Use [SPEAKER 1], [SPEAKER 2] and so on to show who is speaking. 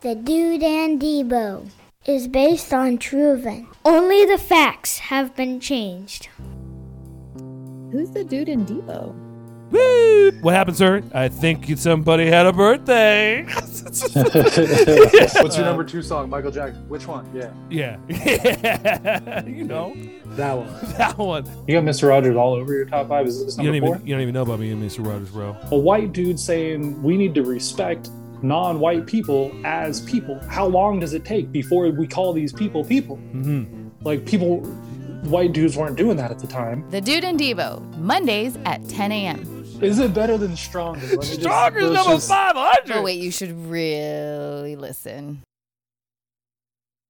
[SPEAKER 1] The Dude and Debo is based on true event. Only the facts have been changed.
[SPEAKER 2] Who's the dude in Debo?
[SPEAKER 3] Woo! What happened, sir? I think somebody had a birthday.
[SPEAKER 4] What's your number two song, Michael Jackson? Which one? Yeah.
[SPEAKER 3] yeah. yeah. you know,
[SPEAKER 4] That one.
[SPEAKER 3] that one.
[SPEAKER 5] You got Mr. Rogers all over your top five. Is this
[SPEAKER 3] You
[SPEAKER 5] number
[SPEAKER 3] don't
[SPEAKER 5] four?
[SPEAKER 3] even you don't even know about me and Mr. Rogers, bro.
[SPEAKER 5] A white dude saying we need to respect non-white people as people. How long does it take before we call these people people?
[SPEAKER 3] Mm-hmm.
[SPEAKER 5] Like people, white dudes weren't doing that at the time.
[SPEAKER 2] The Dude in Debo, Mondays at 10 a.m.
[SPEAKER 5] Is it better than Stronger? Let me just-
[SPEAKER 3] Stronger's
[SPEAKER 5] let's
[SPEAKER 3] number
[SPEAKER 5] just-
[SPEAKER 3] five hundred.
[SPEAKER 2] Oh, wait, you should really listen.